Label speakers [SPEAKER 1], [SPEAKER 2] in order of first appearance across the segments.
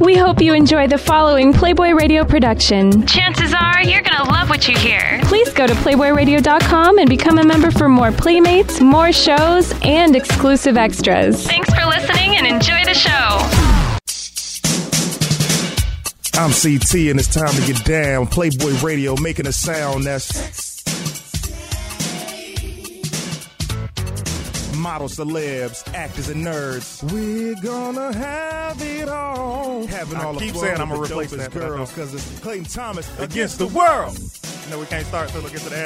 [SPEAKER 1] We hope you enjoy the following Playboy Radio production.
[SPEAKER 2] Chances are you're going to love what you hear.
[SPEAKER 1] Please go to playboyradio.com and become a member for more playmates, more shows, and exclusive extras.
[SPEAKER 2] Thanks for listening and enjoy the show.
[SPEAKER 3] I'm CT, and it's time to get down. Playboy Radio making a sound that's. Model celebs, actors, and nerds. We're gonna have it all. Having
[SPEAKER 4] I
[SPEAKER 3] all
[SPEAKER 4] keep
[SPEAKER 3] the
[SPEAKER 4] saying
[SPEAKER 3] fun
[SPEAKER 4] I'm
[SPEAKER 3] with
[SPEAKER 4] gonna replace
[SPEAKER 3] the dopest
[SPEAKER 4] that, but I don't.
[SPEAKER 3] girls because it's Clayton Thomas against,
[SPEAKER 4] Against
[SPEAKER 3] the
[SPEAKER 4] the
[SPEAKER 3] world.
[SPEAKER 4] No, we can't start till we get to the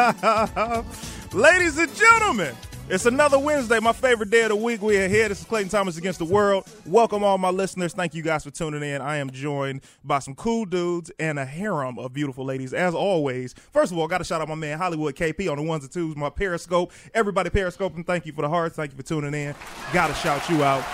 [SPEAKER 4] ad lib.
[SPEAKER 3] Ladies and gentlemen, it's another Wednesday, my favorite day of the week. We are here. This is Clayton Thomas Against the World. Welcome, all my listeners. Thank you guys for tuning in. I am joined by some cool dudes and a harem of beautiful ladies, as always. First of all, got to shout out my man Hollywood KP on the ones and twos, my Periscope. Everybody Periscope, and thank you for the hearts. Thank you for tuning in. Got to shout you out.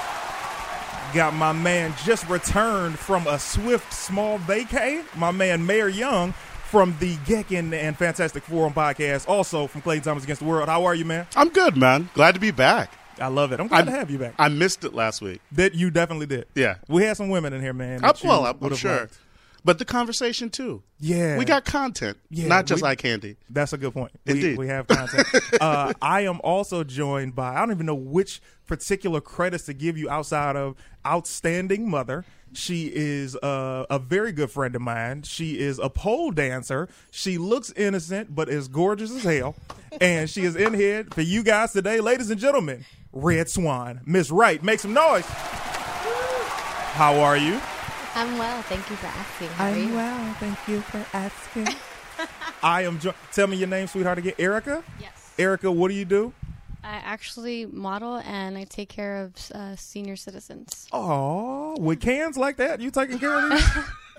[SPEAKER 3] Got my man just returned from a swift small vacay. My man Mayor Young from the Gecken and Fantastic Forum podcast, also from Clay Thomas Against the World. How are you, man?
[SPEAKER 5] I'm good, man. Glad to be back.
[SPEAKER 3] I love it. I'm glad
[SPEAKER 5] I'm
[SPEAKER 3] to have you back.
[SPEAKER 5] I missed it last week.
[SPEAKER 3] that you definitely did.
[SPEAKER 5] Yeah.
[SPEAKER 3] we had some women in here, man.
[SPEAKER 5] I'm,
[SPEAKER 3] that you
[SPEAKER 5] well, I'm, I'm
[SPEAKER 3] would've
[SPEAKER 5] sure.
[SPEAKER 3] liked.
[SPEAKER 5] But the conversation too.
[SPEAKER 3] Yeah.
[SPEAKER 5] we got content,
[SPEAKER 3] Yeah,
[SPEAKER 5] not just
[SPEAKER 3] we-
[SPEAKER 5] eye candy.
[SPEAKER 3] That's a good point.
[SPEAKER 5] Indeed.
[SPEAKER 3] We, we have content. uh, I am also joined by, I don't even know which particular credits to give you outside of Outstanding Mother. She is uh, a very good friend of mine. She is a pole dancer. She looks innocent, but is gorgeous as hell. And she is in here for you guys today, ladies and gentlemen. Red Swan, Miss Wright, make some noise. How are you?
[SPEAKER 6] I'm well. Thank you for asking. How are you?
[SPEAKER 3] well. Thank you for asking. I am. Jo- Tell me your name, sweetheart. Again, Erica.
[SPEAKER 7] Yes.
[SPEAKER 3] Erica, what do you do?
[SPEAKER 7] I actually model and I take care of uh, senior citizens.
[SPEAKER 3] Oh, with cans like that, you taking care of these?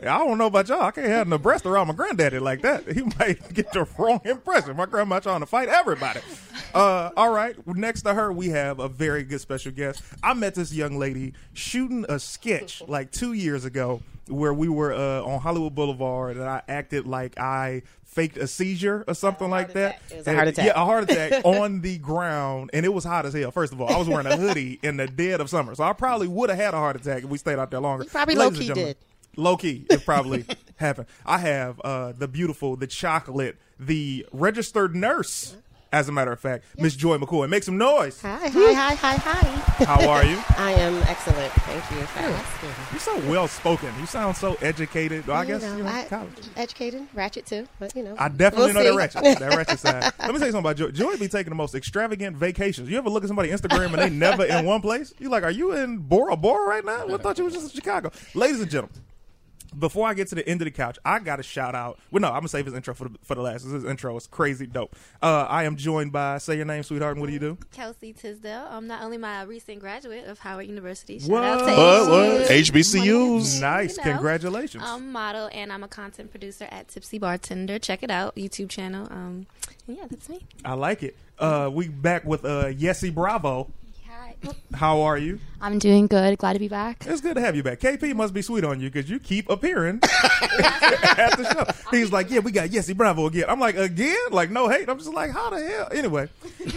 [SPEAKER 3] I don't know about y'all. I can't have no breast around my granddaddy like that. He might get the wrong impression. My grandma trying to fight everybody. Uh, all right. Next to her, we have a very good special guest. I met this young lady shooting a sketch like two years ago where we were uh, on Hollywood Boulevard and I acted like I faked a seizure or something like that.
[SPEAKER 8] It was a heart attack.
[SPEAKER 3] Yeah, a heart attack on the ground, and it was hot as hell. First of all, I was wearing a hoodie in the dead of summer, so I probably would have had a heart attack if we stayed out there longer.
[SPEAKER 8] probably
[SPEAKER 3] Ladies and
[SPEAKER 8] low-key
[SPEAKER 3] gentlemen,
[SPEAKER 8] did.
[SPEAKER 3] Low key, it probably happened. I have uh, the beautiful, the chocolate, the registered nurse. As a matter of fact, Miss Joy McCoy, make some noise.
[SPEAKER 8] Hi, hi, hi, hi, hi.
[SPEAKER 3] How are you?
[SPEAKER 8] I am excellent. Thank you for asking.
[SPEAKER 3] You're so well spoken. You sound so educated. Well, I guess
[SPEAKER 8] you
[SPEAKER 3] you
[SPEAKER 8] know,
[SPEAKER 3] know,
[SPEAKER 8] I-
[SPEAKER 3] college.
[SPEAKER 8] educated, ratchet too, but you know.
[SPEAKER 3] I definitely
[SPEAKER 8] we'll
[SPEAKER 3] know
[SPEAKER 8] see.
[SPEAKER 3] that ratchet, that ratchet side. Let me tell you something about Joy. Joy be taking the most extravagant vacations. You ever look at somebody Instagram and they never in one place? You like, are you in Bora Bora right now? I thought you was just in Chicago, ladies and gentlemen. Before I get to the end of the couch, I got to shout out. Well, no, I'm gonna save his intro for the, for the last. This intro is crazy dope. Uh, I am joined by say your name, sweetheart, and what do you do?
[SPEAKER 7] Kelsey Tisdale. I'm not only my recent graduate of Howard University.
[SPEAKER 3] shout out to What?
[SPEAKER 5] But what HBCUs?
[SPEAKER 3] Nice,
[SPEAKER 7] know. Um,
[SPEAKER 3] congratulations.
[SPEAKER 7] I'm model and I'm a content producer at Tipsy Bartender. Check it out, YouTube channel. Um, and yeah, that's me.
[SPEAKER 3] I like it. Uh, we back with uh, Yessie Bravo.
[SPEAKER 7] Hi.
[SPEAKER 3] How are you?
[SPEAKER 9] I'm doing good. Glad to be back.
[SPEAKER 3] It's good to have you back. KP must be sweet on you because you keep appearing at the show. He's like, yeah, we got Yesy Bravo again. I'm like, again? Like, no hate. I'm just like, how the hell? Anyway,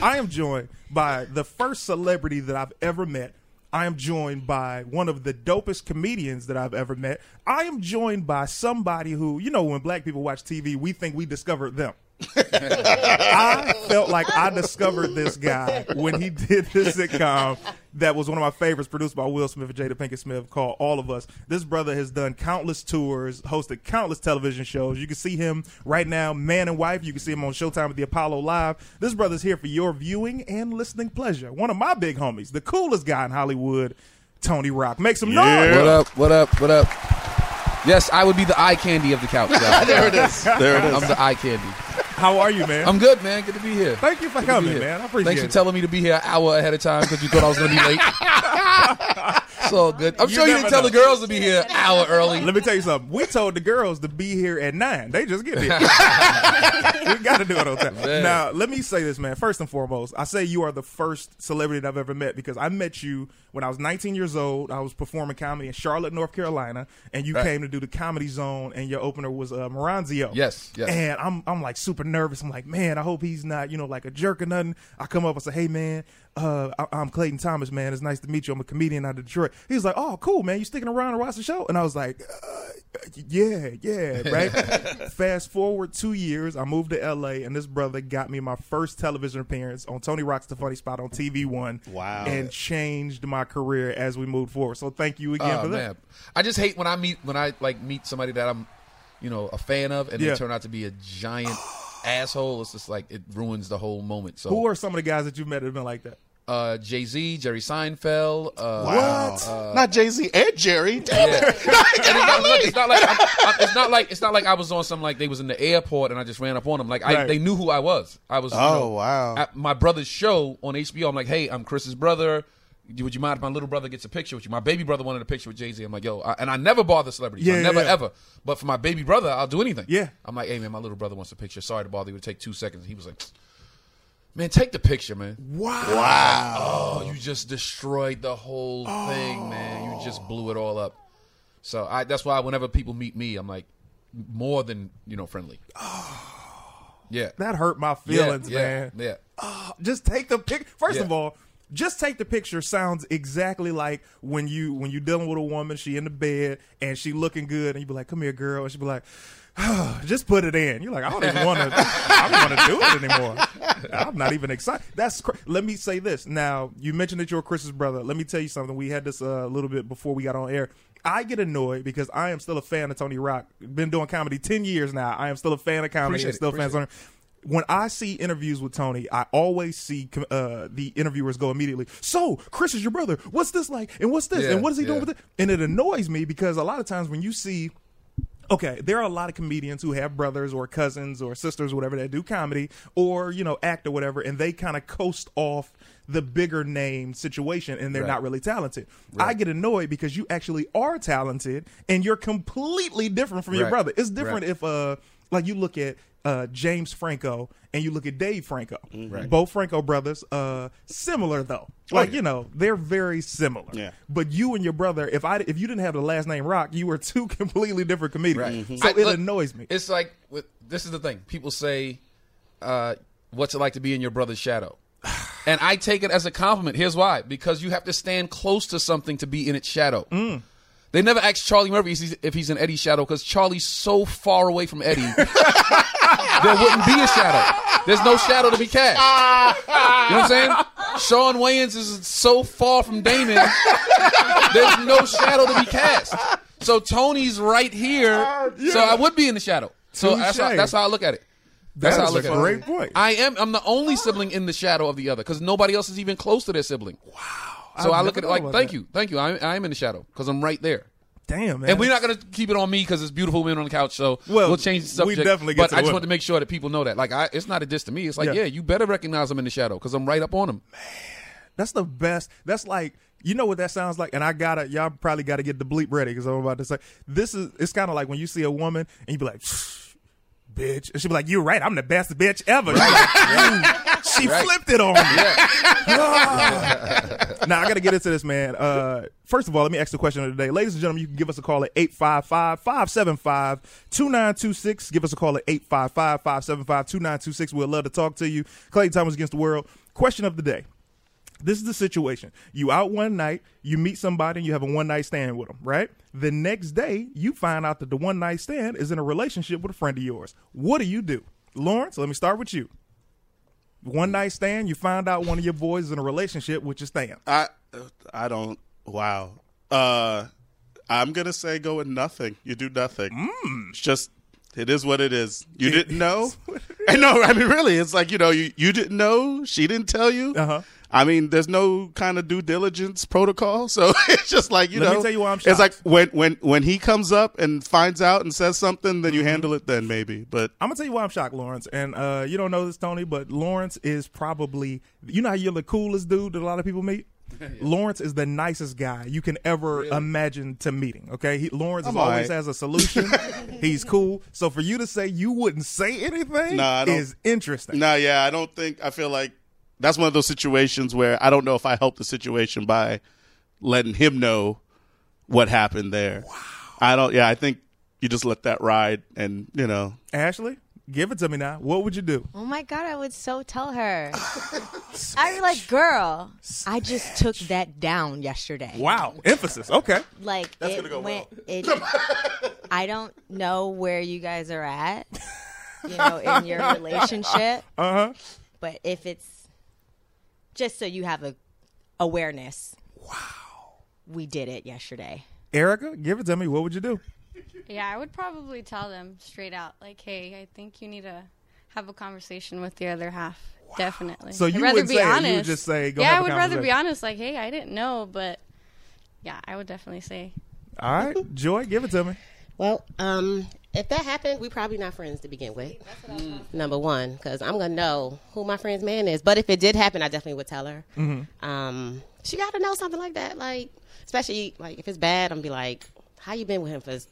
[SPEAKER 3] I am joined by the first celebrity that I've ever met. I am joined by one of the dopest comedians that I've ever met. I am joined by somebody who, you know, when black people watch TV, we think we discovered them. I felt like I discovered this guy when he did this sitcom that was one of my favorites, produced by Will Smith and Jada Pinkett Smith, called All of Us. This brother has done countless tours, hosted countless television shows. You can see him right now, man and wife. You can see him on Showtime at the Apollo Live. This brother's here for your viewing and listening pleasure. One of my big homies, the coolest guy in Hollywood, Tony Rock. Make some noise.
[SPEAKER 10] What up? What up? What up? Yes, I would be the eye candy of the couch. y'all.
[SPEAKER 5] There it is. There it is.
[SPEAKER 10] I'm the eye candy.
[SPEAKER 3] How are you, man?
[SPEAKER 10] I'm good, man. Good to be here.
[SPEAKER 3] Thank you for
[SPEAKER 10] Good to be
[SPEAKER 3] coming,
[SPEAKER 10] here.
[SPEAKER 3] man. I appreciate
[SPEAKER 10] Thanks for
[SPEAKER 3] it.
[SPEAKER 10] telling me to be here an hour ahead of time because you thought I was going to be late. it's all good. I'm
[SPEAKER 3] You
[SPEAKER 10] sure you
[SPEAKER 3] never
[SPEAKER 10] didn't tell
[SPEAKER 3] know.
[SPEAKER 10] the girls to be here an hour early.
[SPEAKER 3] Let me tell you something. We told the girls to be here at nine. They just get there. we got to do it on time.
[SPEAKER 10] Man.
[SPEAKER 3] Now, let me say this, man. First and foremost, I say you are the first celebrity that I've ever met because I met you when I was 19 years old. I was performing comedy in Charlotte, North Carolina, and you
[SPEAKER 10] Right.
[SPEAKER 3] came to do the Comedy Zone, and your opener was uh, Moranzio.
[SPEAKER 10] Yes, yes.
[SPEAKER 3] And I'm, I'm like super nervous. I'm like, man, I hope he's not, you know, like a jerk or nothing. I come up, I say, hey, man, uh, I- I'm Clayton Thomas, man. It's nice to meet you. I'm a comedian out of Detroit. He was like, oh, cool, man. You sticking around to watch the show? And I was like, uh, yeah, yeah, right? Fast forward two years, I moved to LA, and this brother got me my first television appearance on Tony Rock's The Funny Spot on TV One.
[SPEAKER 5] Wow.
[SPEAKER 3] And changed my career as we moved forward. So thank you again
[SPEAKER 10] Oh,
[SPEAKER 3] for that.
[SPEAKER 10] man. I just hate when I meet when I like meet somebody that I'm, you know, a fan of, and
[SPEAKER 3] Yeah.
[SPEAKER 10] they turn out to be a giant asshole. It's just like it ruins the whole moment. So
[SPEAKER 3] Who are some of the guys that you've met that have been like that?
[SPEAKER 10] uh, Jay Z, Jerry Seinfeld. Uh,
[SPEAKER 5] What? Not Jay Z and Jerry. Damn
[SPEAKER 10] Yeah.
[SPEAKER 5] it. Like,
[SPEAKER 10] And it's not like it's not like, I, I, it's not like it's not like I was on some like they was in the airport and I just ran up on them. Like I,
[SPEAKER 3] Right.
[SPEAKER 10] they knew who I was. I was. you
[SPEAKER 5] Oh,
[SPEAKER 10] know,
[SPEAKER 5] wow.
[SPEAKER 10] At my brother's show on HBO, I'm like, hey, I'm Chris's brother. Do- Would you mind if my little brother gets a picture with you? My baby brother wanted a picture with Jay Z. I'm like, yo, I, and I never bother celebrities.
[SPEAKER 3] Yeah,
[SPEAKER 10] I never
[SPEAKER 3] yeah.
[SPEAKER 10] ever. But for my baby brother, I'll do anything.
[SPEAKER 3] Yeah.
[SPEAKER 10] I'm like, hey man, my little brother wants a picture. Sorry to bother you. It would take two seconds. He was like, man, take the picture, man.
[SPEAKER 5] wow.
[SPEAKER 10] Oh, you just destroyed the whole thing, man. You just blew it all up. So I that's why whenever people meet me, I'm like more than, you know, friendly. Yeah.
[SPEAKER 3] That hurt my feelings,
[SPEAKER 10] yeah,
[SPEAKER 3] man.
[SPEAKER 10] Yeah.
[SPEAKER 3] just take the pic. First
[SPEAKER 10] Yeah.
[SPEAKER 3] of all, just take the picture sounds exactly like when you when you dealing with a woman, she in the bed and she looking good, and you be like, "Come here, girl," and she be like. "Ah, Just put it in. You're like, I don't even want to. I don't want to do it anymore. I'm not even excited. That's. Cr- Let me say this. Now, you mentioned that you're Chris's brother. Let me tell you something. We had this uh, a little bit before we got on air. I get annoyed because I am still a fan of Tony Rock. Been doing comedy ten years now. I am still a fan of comedy.
[SPEAKER 10] Appreciate
[SPEAKER 3] and
[SPEAKER 10] it,
[SPEAKER 3] still fans
[SPEAKER 10] appreciate
[SPEAKER 3] on her. When I see interviews with Tony, I always see uh, the interviewers go immediately. So, Chris is your brother. What's this like? And what's this?
[SPEAKER 10] Yeah,
[SPEAKER 3] and what is he doing
[SPEAKER 10] yeah.
[SPEAKER 3] with it? And it annoys me because a lot of times when you see, okay, there are a lot of comedians who have brothers or cousins or sisters, or whatever, that do comedy or you know act or whatever, and they kind of coast off the bigger name situation, and they're
[SPEAKER 10] Right.
[SPEAKER 3] not really talented. I get annoyed because you actually are talented, and you're completely different from your
[SPEAKER 10] Right.
[SPEAKER 3] brother. It's different
[SPEAKER 10] Right.
[SPEAKER 3] if uh like you look at uh James Franco and you look at Dave Franco.
[SPEAKER 10] Mm-hmm. Right. Oh,
[SPEAKER 3] Both Franco brothers uh similar though. Like you know, they're very similar.
[SPEAKER 5] Yeah.
[SPEAKER 3] But you and your brother if I if you didn't have the last name Rock, you were two completely different comedians.
[SPEAKER 10] Right.
[SPEAKER 3] So
[SPEAKER 10] I-
[SPEAKER 3] it
[SPEAKER 10] look,
[SPEAKER 3] annoys me.
[SPEAKER 10] It's like with- this is the thing. People say uh, what's it like to be in your brother's shadow? And I take it as a compliment. Here's why. Because you have to stand close to something to be in its shadow.
[SPEAKER 3] Mm.
[SPEAKER 10] They never asked Charlie Murphy if he's- if he's in Eddie's shadow because Charlie's so far away from Eddie, there wouldn't be a shadow. There's no shadow to be cast. You know what I'm saying? Sean Wayans is so far from Damon, there's no shadow to be cast. So Tony's right here, so I would be in the shadow. So that's how,
[SPEAKER 3] Uh, Touche.
[SPEAKER 10] that's how I look at it. That's
[SPEAKER 3] That
[SPEAKER 10] how I
[SPEAKER 3] is
[SPEAKER 10] look
[SPEAKER 3] a
[SPEAKER 10] at it.
[SPEAKER 3] great point.
[SPEAKER 10] I am. I'm the only sibling in the shadow of the other because nobody else is even close to their sibling. Wow. So
[SPEAKER 3] I've
[SPEAKER 10] I look
[SPEAKER 3] never
[SPEAKER 10] at it
[SPEAKER 3] thought
[SPEAKER 10] like,
[SPEAKER 3] about
[SPEAKER 10] thank
[SPEAKER 3] that.
[SPEAKER 10] you, thank you. I'm, I'm in the shadow because I'm right there.
[SPEAKER 3] Damn, man.
[SPEAKER 10] And we're not gonna keep it on me because it's beautiful women on the couch. So
[SPEAKER 3] Well,
[SPEAKER 10] well, we'll change the
[SPEAKER 3] we
[SPEAKER 10] subject.
[SPEAKER 3] definitely get
[SPEAKER 10] but
[SPEAKER 3] to
[SPEAKER 10] I just
[SPEAKER 3] women.
[SPEAKER 10] want to make sure that people know that. Like, I, it's not a diss to me. It's like,
[SPEAKER 3] Yeah.
[SPEAKER 10] yeah, you better recognize I'm in the shadow because I'm right up on them.
[SPEAKER 3] That's the best. That's like you know what that sounds like, and I gotta y'all probably gotta get the bleep ready because I'm about to say this is. It's kind of like when you see a woman and you be like, "Bitch," and she be like, "You're right. I'm the best bitch ever." You're like, "Ooh, she flipped it on me. now I gotta get into this, man. Uh, first of all, let me ask the question of the day, ladies and gentlemen. You can give us a call at 855-575-2926. Give us a call at 855-575-2926. We'd love to talk to you. Clayton Thomas against the world. Question of the day. This is the situation. You out one night, you meet somebody, and you have a one night stand with them, right? The next day, you find out that the one night stand is in a relationship with a friend of yours. What do you do? Lawrence, let me start with you. One night stand, you find out one of your boys is in a relationship with your stand.
[SPEAKER 5] I I don't. Wow. Uh, I'm gonna say go with nothing. You do nothing.
[SPEAKER 3] Mm.
[SPEAKER 5] It's just it is what it is. You didn't know. I know. I mean, really, it's like you know, you you didn't know. She didn't tell you.
[SPEAKER 3] Uh-huh.
[SPEAKER 5] I mean, there's no kind of due diligence protocol, so it's just like you
[SPEAKER 3] Let me
[SPEAKER 5] know.
[SPEAKER 3] tell you why I'm
[SPEAKER 5] It's like
[SPEAKER 3] shocked.
[SPEAKER 5] when when when he comes up and finds out and says something, then you
[SPEAKER 3] Mm-hmm.
[SPEAKER 5] handle it. Then maybe, but
[SPEAKER 3] I'm gonna tell you why I'm shocked, Lawrence. And uh, you don't know this, Tony, but Lawrence is probably you know how you're the coolest dude that a lot of people meet. Lawrence is the nicest guy you can ever imagine to meeting. Okay, he, Lawrence
[SPEAKER 5] I'm
[SPEAKER 3] is always has
[SPEAKER 5] alright.
[SPEAKER 3] a solution. He's cool. So for you to say you wouldn't say anything
[SPEAKER 5] Nah, I don't-
[SPEAKER 3] is interesting.
[SPEAKER 5] No, yeah, I don't think I feel like that's one of those situations where I don't know if I helped the situation by letting him know what happened there. Wow. I don't yeah, I think you just let that ride and, you know,
[SPEAKER 3] Ashley, give it to me now. What would you do?
[SPEAKER 8] Mm.
[SPEAKER 6] Oh my God, I would so tell her. I'd be like, girl, I just took that down yesterday.
[SPEAKER 3] Wow, emphasis. Okay,
[SPEAKER 6] Like, it
[SPEAKER 5] gonna go
[SPEAKER 6] went, it, I don't know where you guys are at, you know, in your relationship.
[SPEAKER 3] uh huh.
[SPEAKER 6] But if it's just so you have a awareness. Wow. We did it yesterday.
[SPEAKER 3] Erica, give it to me. What would you do?
[SPEAKER 11] Yeah, I would probably tell them straight out, like, "Hey, I think you need to have a conversation with the other half." Definitely.
[SPEAKER 3] So you
[SPEAKER 11] I'd rather
[SPEAKER 3] wouldn't
[SPEAKER 11] be
[SPEAKER 3] say it, you would
[SPEAKER 11] honest.
[SPEAKER 3] just say, go
[SPEAKER 11] "Yeah,
[SPEAKER 3] have
[SPEAKER 11] I
[SPEAKER 3] a
[SPEAKER 11] would rather be
[SPEAKER 3] conversation.
[SPEAKER 11] honest." Like, "Hey, I didn't know," but yeah, I would definitely say,
[SPEAKER 3] All right, Joy, give it to me.
[SPEAKER 8] Well, um, if that happened, we probably not friends to begin with. Number one, because I'm gonna know who my friend's man is. But if it did happen, I definitely would tell her.
[SPEAKER 3] Mm-hmm.
[SPEAKER 8] Um, she got to know something like that, like especially like if it's bad, I'm be like, "How you been with him for s-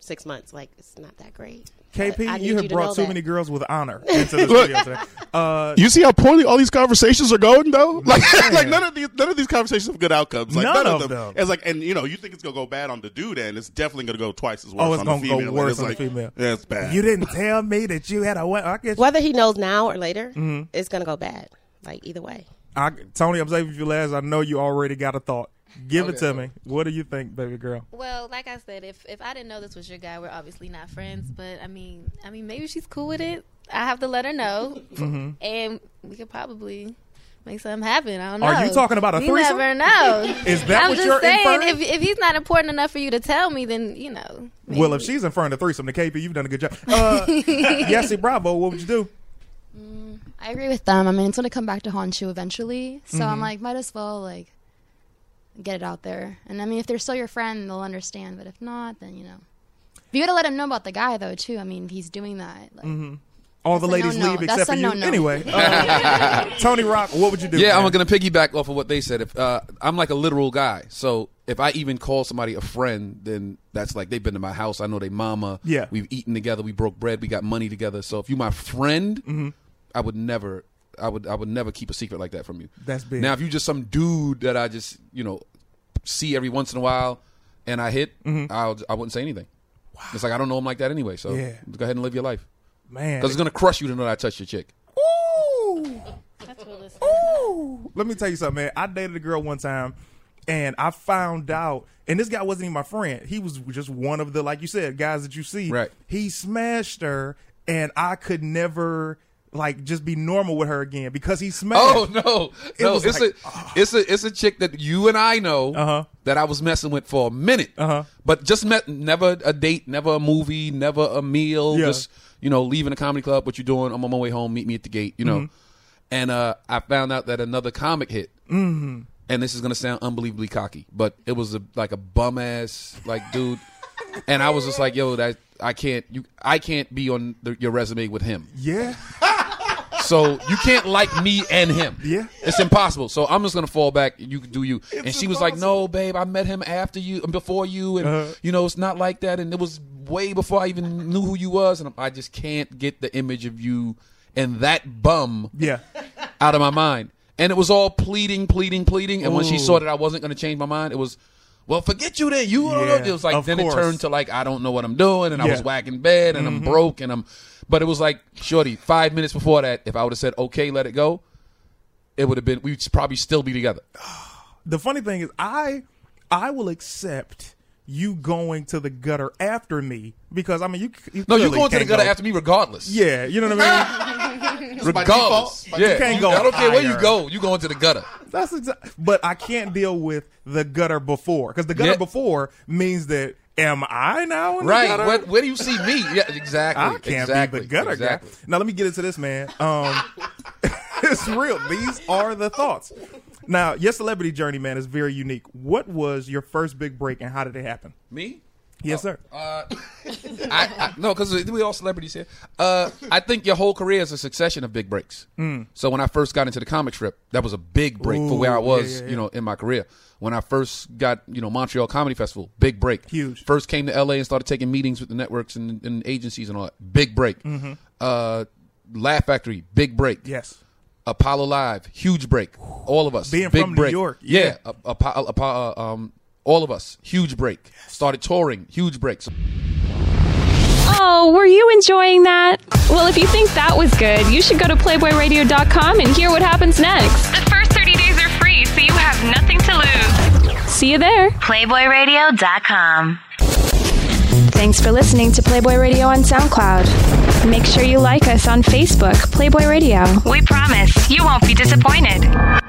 [SPEAKER 8] six months? Like it's not that great." But I
[SPEAKER 3] KP,
[SPEAKER 8] need
[SPEAKER 3] you have
[SPEAKER 8] to know
[SPEAKER 3] brought too
[SPEAKER 8] that.
[SPEAKER 3] many girls with honor into the studio today. Uh,
[SPEAKER 5] You see how poorly all these conversations are going, though. Like, like none of these, none of these conversations have good outcomes. Like,
[SPEAKER 3] None
[SPEAKER 5] none,
[SPEAKER 3] of them.
[SPEAKER 5] of them. It's like, and you know, you think it's gonna go bad on the dude, and it's definitely gonna go twice as worse.
[SPEAKER 3] Oh, it's
[SPEAKER 5] on
[SPEAKER 3] gonna
[SPEAKER 5] the
[SPEAKER 3] go
[SPEAKER 5] female. And
[SPEAKER 3] worse
[SPEAKER 5] it's
[SPEAKER 3] on the
[SPEAKER 5] like,
[SPEAKER 3] female.
[SPEAKER 5] Yeah, it's bad.
[SPEAKER 3] you didn't tell me that you had a. wa- I guess
[SPEAKER 8] Whether he knows now or later,
[SPEAKER 3] Mm-hmm.
[SPEAKER 8] it's gonna go bad. Like either way.
[SPEAKER 3] I, Tony, I'm saving you last. I know you already got a thought. Give it to me. What do you think, baby girl?
[SPEAKER 7] Well, like I said, if if I didn't know this was your guy, we're obviously not friends. But I mean, I mean, maybe she's cool with it. I have to let her know,
[SPEAKER 3] Mm-hmm.
[SPEAKER 7] and we could probably make something happen. I don't know.
[SPEAKER 3] Are you talking about a
[SPEAKER 7] You
[SPEAKER 3] threesome?
[SPEAKER 7] never know.
[SPEAKER 3] Is that
[SPEAKER 7] I'm
[SPEAKER 3] what
[SPEAKER 7] just
[SPEAKER 3] you're
[SPEAKER 7] saying,
[SPEAKER 3] inferring?
[SPEAKER 7] if if he's not important enough for you to tell me, then you know.
[SPEAKER 3] Well, if she's inferring a threesome to KP, you've done a good job. Uh, Yessie Bravo, what would you do?
[SPEAKER 9] I agree with them. I mean, it's gonna come back to haunt you eventually. So I'm like, might as well like get it out there. And I mean, if they're still your friend, they'll understand. But if not, then you know, you gotta let them know about the guy though too. I mean, if he's doing that, like,
[SPEAKER 3] All the
[SPEAKER 9] That's a
[SPEAKER 3] ladies
[SPEAKER 9] no-no.
[SPEAKER 3] leave
[SPEAKER 9] That's
[SPEAKER 3] except
[SPEAKER 9] a
[SPEAKER 3] for you.
[SPEAKER 9] no-no.
[SPEAKER 3] Anyway, uh, Tony Rock, what would you do?
[SPEAKER 10] Yeah,
[SPEAKER 3] man?
[SPEAKER 10] I'm going to piggyback off of what they said. If uh, I'm like a literal guy, so if I even call somebody a friend, then that's like they've been to my house. I know they mama.
[SPEAKER 3] Yeah.
[SPEAKER 10] we've eaten together. We broke bread. We got money together. So if you my friend,
[SPEAKER 3] Mm-hmm.
[SPEAKER 10] I would never, I would, I would never keep a secret like that from you.
[SPEAKER 3] That's big.
[SPEAKER 10] Now if you just some dude that I just you know see every once in a while and I hit,
[SPEAKER 3] Mm-hmm.
[SPEAKER 10] I'll, I wouldn't say anything. It's like I don't know him like that anyway. So
[SPEAKER 3] Yeah.
[SPEAKER 10] go ahead and live your life
[SPEAKER 3] man.
[SPEAKER 10] because it's gonna crush you to know that I touched your chick.
[SPEAKER 3] Ooh. Ooh. Let me tell you something, man. I dated a girl one time and I found out, and this guy wasn't even my friend. He was just one of the, like you said, guys that you see.
[SPEAKER 10] Right.
[SPEAKER 3] He smashed her and I could never like just be normal with her again because he smashed.
[SPEAKER 10] Oh no,
[SPEAKER 3] It
[SPEAKER 10] no!
[SPEAKER 3] was
[SPEAKER 10] it's
[SPEAKER 3] like,
[SPEAKER 10] a it's a it's a chick that you and I know
[SPEAKER 3] Uh-huh.
[SPEAKER 10] that I was messing with for a minute,
[SPEAKER 3] Uh-huh.
[SPEAKER 10] but just met never a date, never a movie, never a meal.
[SPEAKER 3] Yeah.
[SPEAKER 10] Just you know, leaving a comedy club. What you doing? I'm on my way home. Meet me at the gate. You know,
[SPEAKER 3] Mm-hmm.
[SPEAKER 10] and uh, I found out that another comic hit. Mm-hmm. And this is gonna sound unbelievably cocky, but it was a, like a bum ass like dude, and I was just like, yo, that I can't you I can't be on the, your resume with him.
[SPEAKER 3] Yeah.
[SPEAKER 10] So you can't like me and him.
[SPEAKER 3] Yeah.
[SPEAKER 10] It's impossible. So I'm just gonna fall back. You can do you. and she was like, "No, babe, I met him after you, um, before you, and
[SPEAKER 3] Uh-huh.
[SPEAKER 10] you know it's not like that. And it was way before I even knew who you was. And I'm- I just can't get the image of you and that bum
[SPEAKER 3] Yeah.
[SPEAKER 10] out of my mind. And it was all pleading, pleading, pleading. And when
[SPEAKER 3] Ooh.
[SPEAKER 10] she saw that I wasn't going to change my mind, it was, well, forget you then. You don't know."
[SPEAKER 3] Yeah,
[SPEAKER 10] it was like
[SPEAKER 3] of
[SPEAKER 10] then
[SPEAKER 3] course.
[SPEAKER 10] it turned to like I don't know what I'm doing, and I was
[SPEAKER 3] Yeah. Mm-hmm.
[SPEAKER 10] whacking bed, and I'm broke, and I'm. But it was like, shorty, five minutes before that, if I would have said okay, let it go, it would have been we'd probably still be together.
[SPEAKER 3] the funny thing is I I will accept you going to the gutter after me because I mean you, you
[SPEAKER 10] No, you're
[SPEAKER 3] clearly
[SPEAKER 10] going to the
[SPEAKER 3] can't
[SPEAKER 10] gutter
[SPEAKER 3] go-
[SPEAKER 10] after me regardless.
[SPEAKER 3] Yeah, you know what I mean?
[SPEAKER 10] regardless.
[SPEAKER 5] default. By
[SPEAKER 10] yeah,
[SPEAKER 3] You can't go
[SPEAKER 10] I don't care where you
[SPEAKER 3] higher.
[SPEAKER 10] go, you going to the gutter.
[SPEAKER 3] That's exactly. But I can't deal with the gutter before because the gutter
[SPEAKER 10] Yeah.
[SPEAKER 3] before means that am I now in
[SPEAKER 10] Right?
[SPEAKER 3] the gutter?
[SPEAKER 10] Where, where do you see me? Yeah, exactly.
[SPEAKER 3] I can't
[SPEAKER 10] exactly.
[SPEAKER 3] be the gutter
[SPEAKER 10] exactly.
[SPEAKER 3] guy. Now let me get into this, man. Um, it's real. These are the thoughts. Now, your celebrity journey, man, is very unique. What was your first big break and how did it happen?
[SPEAKER 10] Me?
[SPEAKER 3] Yes, sir.
[SPEAKER 10] Uh, I, I, no, because we all celebrities here. Uh, I think your whole career is a succession of big breaks.
[SPEAKER 3] Mm.
[SPEAKER 10] So when I first got into the comic strip, that was a big break for where I
[SPEAKER 3] Ooh,
[SPEAKER 10] was,
[SPEAKER 3] yeah, yeah,
[SPEAKER 10] you know, in my career. When I first got, you know, Montreal Comedy Festival, big break, huge. First came to LA and started taking meetings with the networks and, and agencies and all that. Big break.
[SPEAKER 3] Mhm.
[SPEAKER 10] Uh, Laugh Factory, big break.
[SPEAKER 3] Yes.
[SPEAKER 10] Apollo Live, huge break. All of us,
[SPEAKER 3] Being
[SPEAKER 10] big
[SPEAKER 3] from New
[SPEAKER 10] break.
[SPEAKER 3] York,
[SPEAKER 10] yeah.
[SPEAKER 3] yeah.
[SPEAKER 10] A- Apo- Apo- uh, um, all of us, huge break. Started touring, huge breaks.
[SPEAKER 1] Oh, were you enjoying that? Well, if you think that was good, you should go to PlayboyRadio.com and hear what happens next.
[SPEAKER 2] The first 30 days are free, so you have nothing to lose.
[SPEAKER 1] See you there.
[SPEAKER 2] PlayboyRadio.com.
[SPEAKER 1] Thanks for listening to Playboy Radio on SoundCloud. Make sure you like us on Facebook, Playboy Radio.
[SPEAKER 2] We promise you won't be disappointed.